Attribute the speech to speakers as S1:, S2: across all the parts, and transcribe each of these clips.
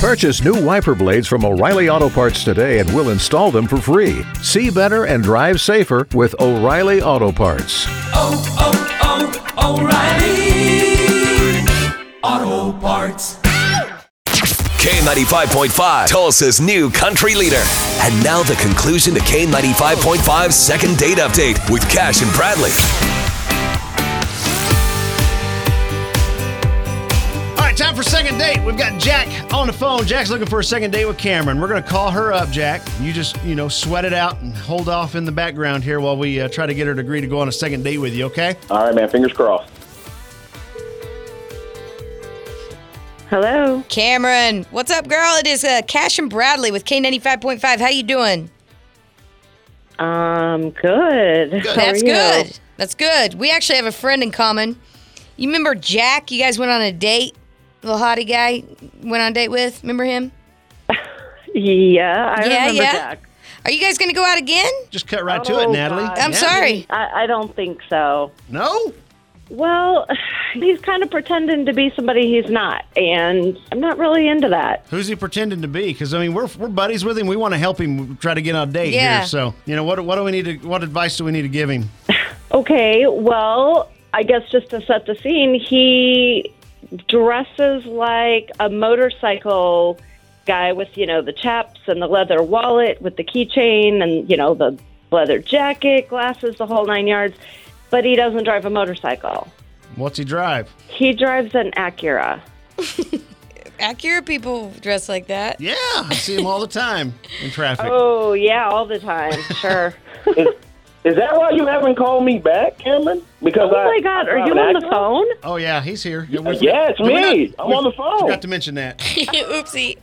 S1: Purchase new wiper blades from O'Reilly Auto Parts today and we'll install them for free. See better and drive safer with O'Reilly Auto Parts.
S2: Oh, oh, oh, O'Reilly Auto Parts.
S3: K95.5, Tulsa's new country leader. And now the conclusion to K95.5's second date update with Cash and Bradley.
S4: All right, time for second date. We've got Jack on the phone. Jack's looking for a second date with Cameron. We're going to call her up, Jack. You just, you know, sweat it out and hold off in the background here while we uh, try to get her to agree to go on a second date with you, okay?
S5: All right, man. Fingers crossed.
S6: Hello.
S7: Cameron, what's up, girl? It is uh, Cash and Bradley with K95.5. How you doing?
S6: Um, good. How are
S7: That's
S6: you?
S7: good. That's good. We actually have a friend in common. You remember Jack? You guys went on a date. Little hottie guy went on a date with. Remember him?
S6: Yeah, I
S7: Yeah,
S6: remember
S7: yeah.
S6: Jack.
S7: Are you guys going to go out again?
S4: Just cut right to it,
S6: Oh,
S4: Natalie.
S6: God.
S7: I'm
S4: Uh, Yeah.
S7: sorry.
S6: I, I don't think so.
S4: No?
S6: Well, he's kind of pretending to be somebody he's not, and I'm not really into that.
S4: Who's he pretending to be? Because, I mean, we're, we're buddies with him. We want to help him try to get on a date
S7: Yeah.
S4: here. So, you know, what, what do we need to, what advice do we need to give him?
S6: Okay, well, I guess just to set the scene, he dresses like a motorcycle guy with, you know, the chaps and the leather wallet with the keychain and, you know, the leather jacket, glasses, the whole nine yards, but he doesn't drive a motorcycle.
S4: What's he drive?
S6: He drives an Acura.
S7: Accurate people dress like that.
S4: Yeah, I see him all the time in traffic.
S6: Oh, yeah, all the time. Sure.
S5: Is, is that why you haven't called me back, Cameron? Because I,
S6: oh, my God.
S5: I
S6: Are you
S5: found
S6: on the
S5: out-
S6: phone?
S4: Oh, yeah, he's here. Yeah, we
S5: Yeah, it's
S4: forgot- did we
S5: me. I'm
S4: we
S5: on the phone.
S4: Forgot to mention that.
S7: Oopsie.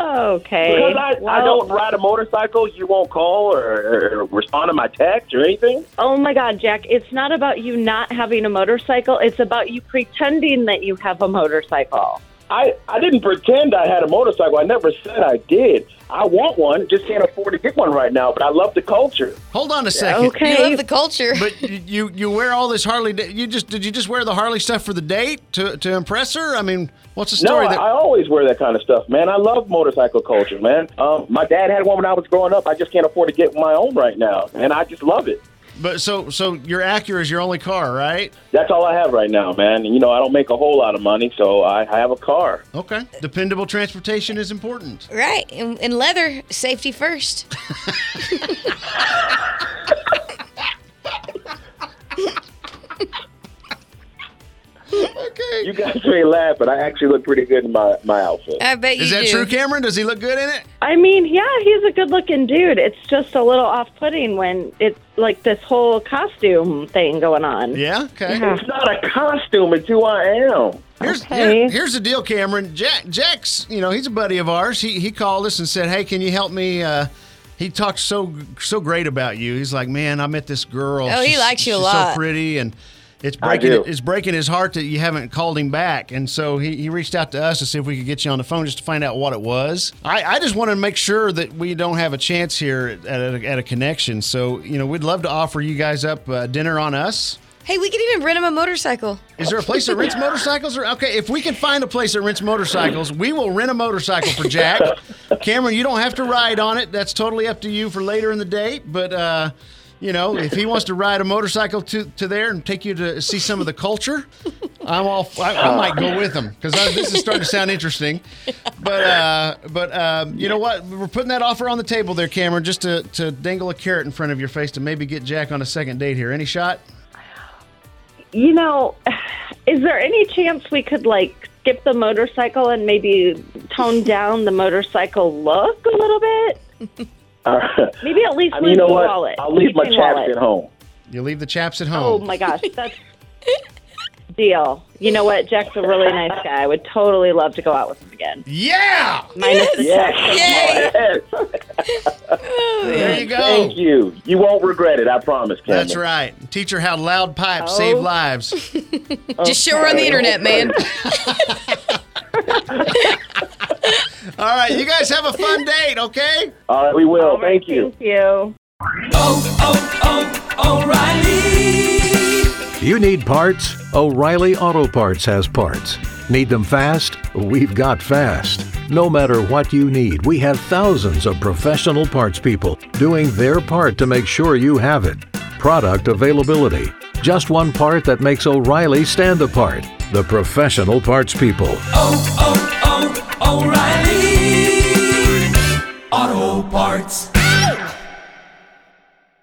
S6: Okay.
S5: Because I, I
S6: Well,
S5: don't ride a motorcycle, you won't call or, or respond to my text or anything.
S6: Oh, my God, Jack. It's not about you not having a motorcycle. It's about you pretending that you have a motorcycle.
S5: I, I didn't pretend I had a motorcycle. I never said I did. I want one, just can't afford to get one right now. But I love the culture.
S4: Hold on a second.
S7: You
S6: Okay.
S7: love the culture.
S4: But you- you you wear all this Harley. da- You just did you just wear the Harley stuff for the date to to impress her? I mean, what's the story?
S5: no,
S4: that,
S5: I always wear that kind of stuff, man. I love motorcycle culture, man. Um, my dad had one when I was growing up. I just can't afford to get my own right now, and I just love it.
S4: but so so your Acura is your only car, right?
S5: That's all I have right now, man. And, you know, I don't make a whole lot of money, so I, I have a car.
S4: Okay. Dependable transportation is important.
S7: right. And, and leather, safety first.
S4: Okay.
S5: You guys ain't laughing. I actually look pretty good in my, my outfit.
S7: I bet you
S4: Is that
S7: do.
S4: true, Cameron? Does he look good in it?
S6: I mean, yeah, he's a good looking dude. It's just a little off putting when it's like this whole costume thing going on.
S4: Yeah. Okay.
S5: It's not a costume, it's who I am.
S4: Here's here-
S6: Okay.
S4: here's the deal, Cameron. Jack Jack's you know he's a buddy of ours. He he called us and said, hey, can you help me? Uh, he talked so so great about you. He's like, man, I met this girl.
S7: Oh, he likes you a
S4: she's
S7: lot."
S4: So pretty and. It's
S5: I
S4: breaking.
S5: do.
S4: It's breaking his heart that you haven't called him back, and so he, he reached out to us to see if we could get you on the phone just to find out what it was. I, I just want to make sure that we don't have a chance here at, at, a, at a connection. So you know, we'd love to offer you guys up uh, dinner on us.
S7: Hey, we could even rent him a motorcycle.
S4: Is there a place that rents motorcycles? Or okay, if we can find a place that rents motorcycles, we will rent a motorcycle for Jack. Cameron, you don't have to ride on it. That's totally up to you for later in the date. But uh, you know, if he wants to ride a motorcycle to, to there and take you to see some of the culture, I'm all I, I might go with him because this is starting to sound interesting. But uh, but um, you know what? We're putting that offer on the table there, Cameron, just to to dangle a carrot in front of your face to maybe get Jack on a second date here. Any shot?
S6: You know, is there any chance we could like skip the motorcycle and maybe tone down the motorcycle look a little bit? Maybe at least
S5: Uh, I
S6: lose
S5: mean, you know
S6: the
S5: what?
S6: wallet.
S5: I'll leave my
S6: Keychain
S5: chaps
S6: wallet.
S5: at home.
S4: You leave the chaps at home.
S6: Oh my gosh, that's deal. You know what? Jack's a really nice guy. I would totally love to go out with him again.
S4: Yeah.
S6: Minus the
S5: Yes.
S7: Yay.
S5: yes.
S4: There you go.
S5: Thank you. You won't regret it, I promise, Cameron.
S4: That's right. Teach her how loud pipes save
S6: Oh.
S4: lives.
S7: Just show her on the internet, man.
S4: All right, you guys have a fun date, okay?
S5: All right, we will. Thank you.
S6: Thank you.
S2: Oh, oh, oh, O'Reilly.
S1: You need parts? O'Reilly Auto Parts has parts. Need them fast? We've got fast. No matter what you need, we have thousands of professional parts people doing their part to make sure you have it. Product availability. Just one part that makes O'Reilly stand apart. The professional parts people.
S2: oh, oh, oh, O'Reilly.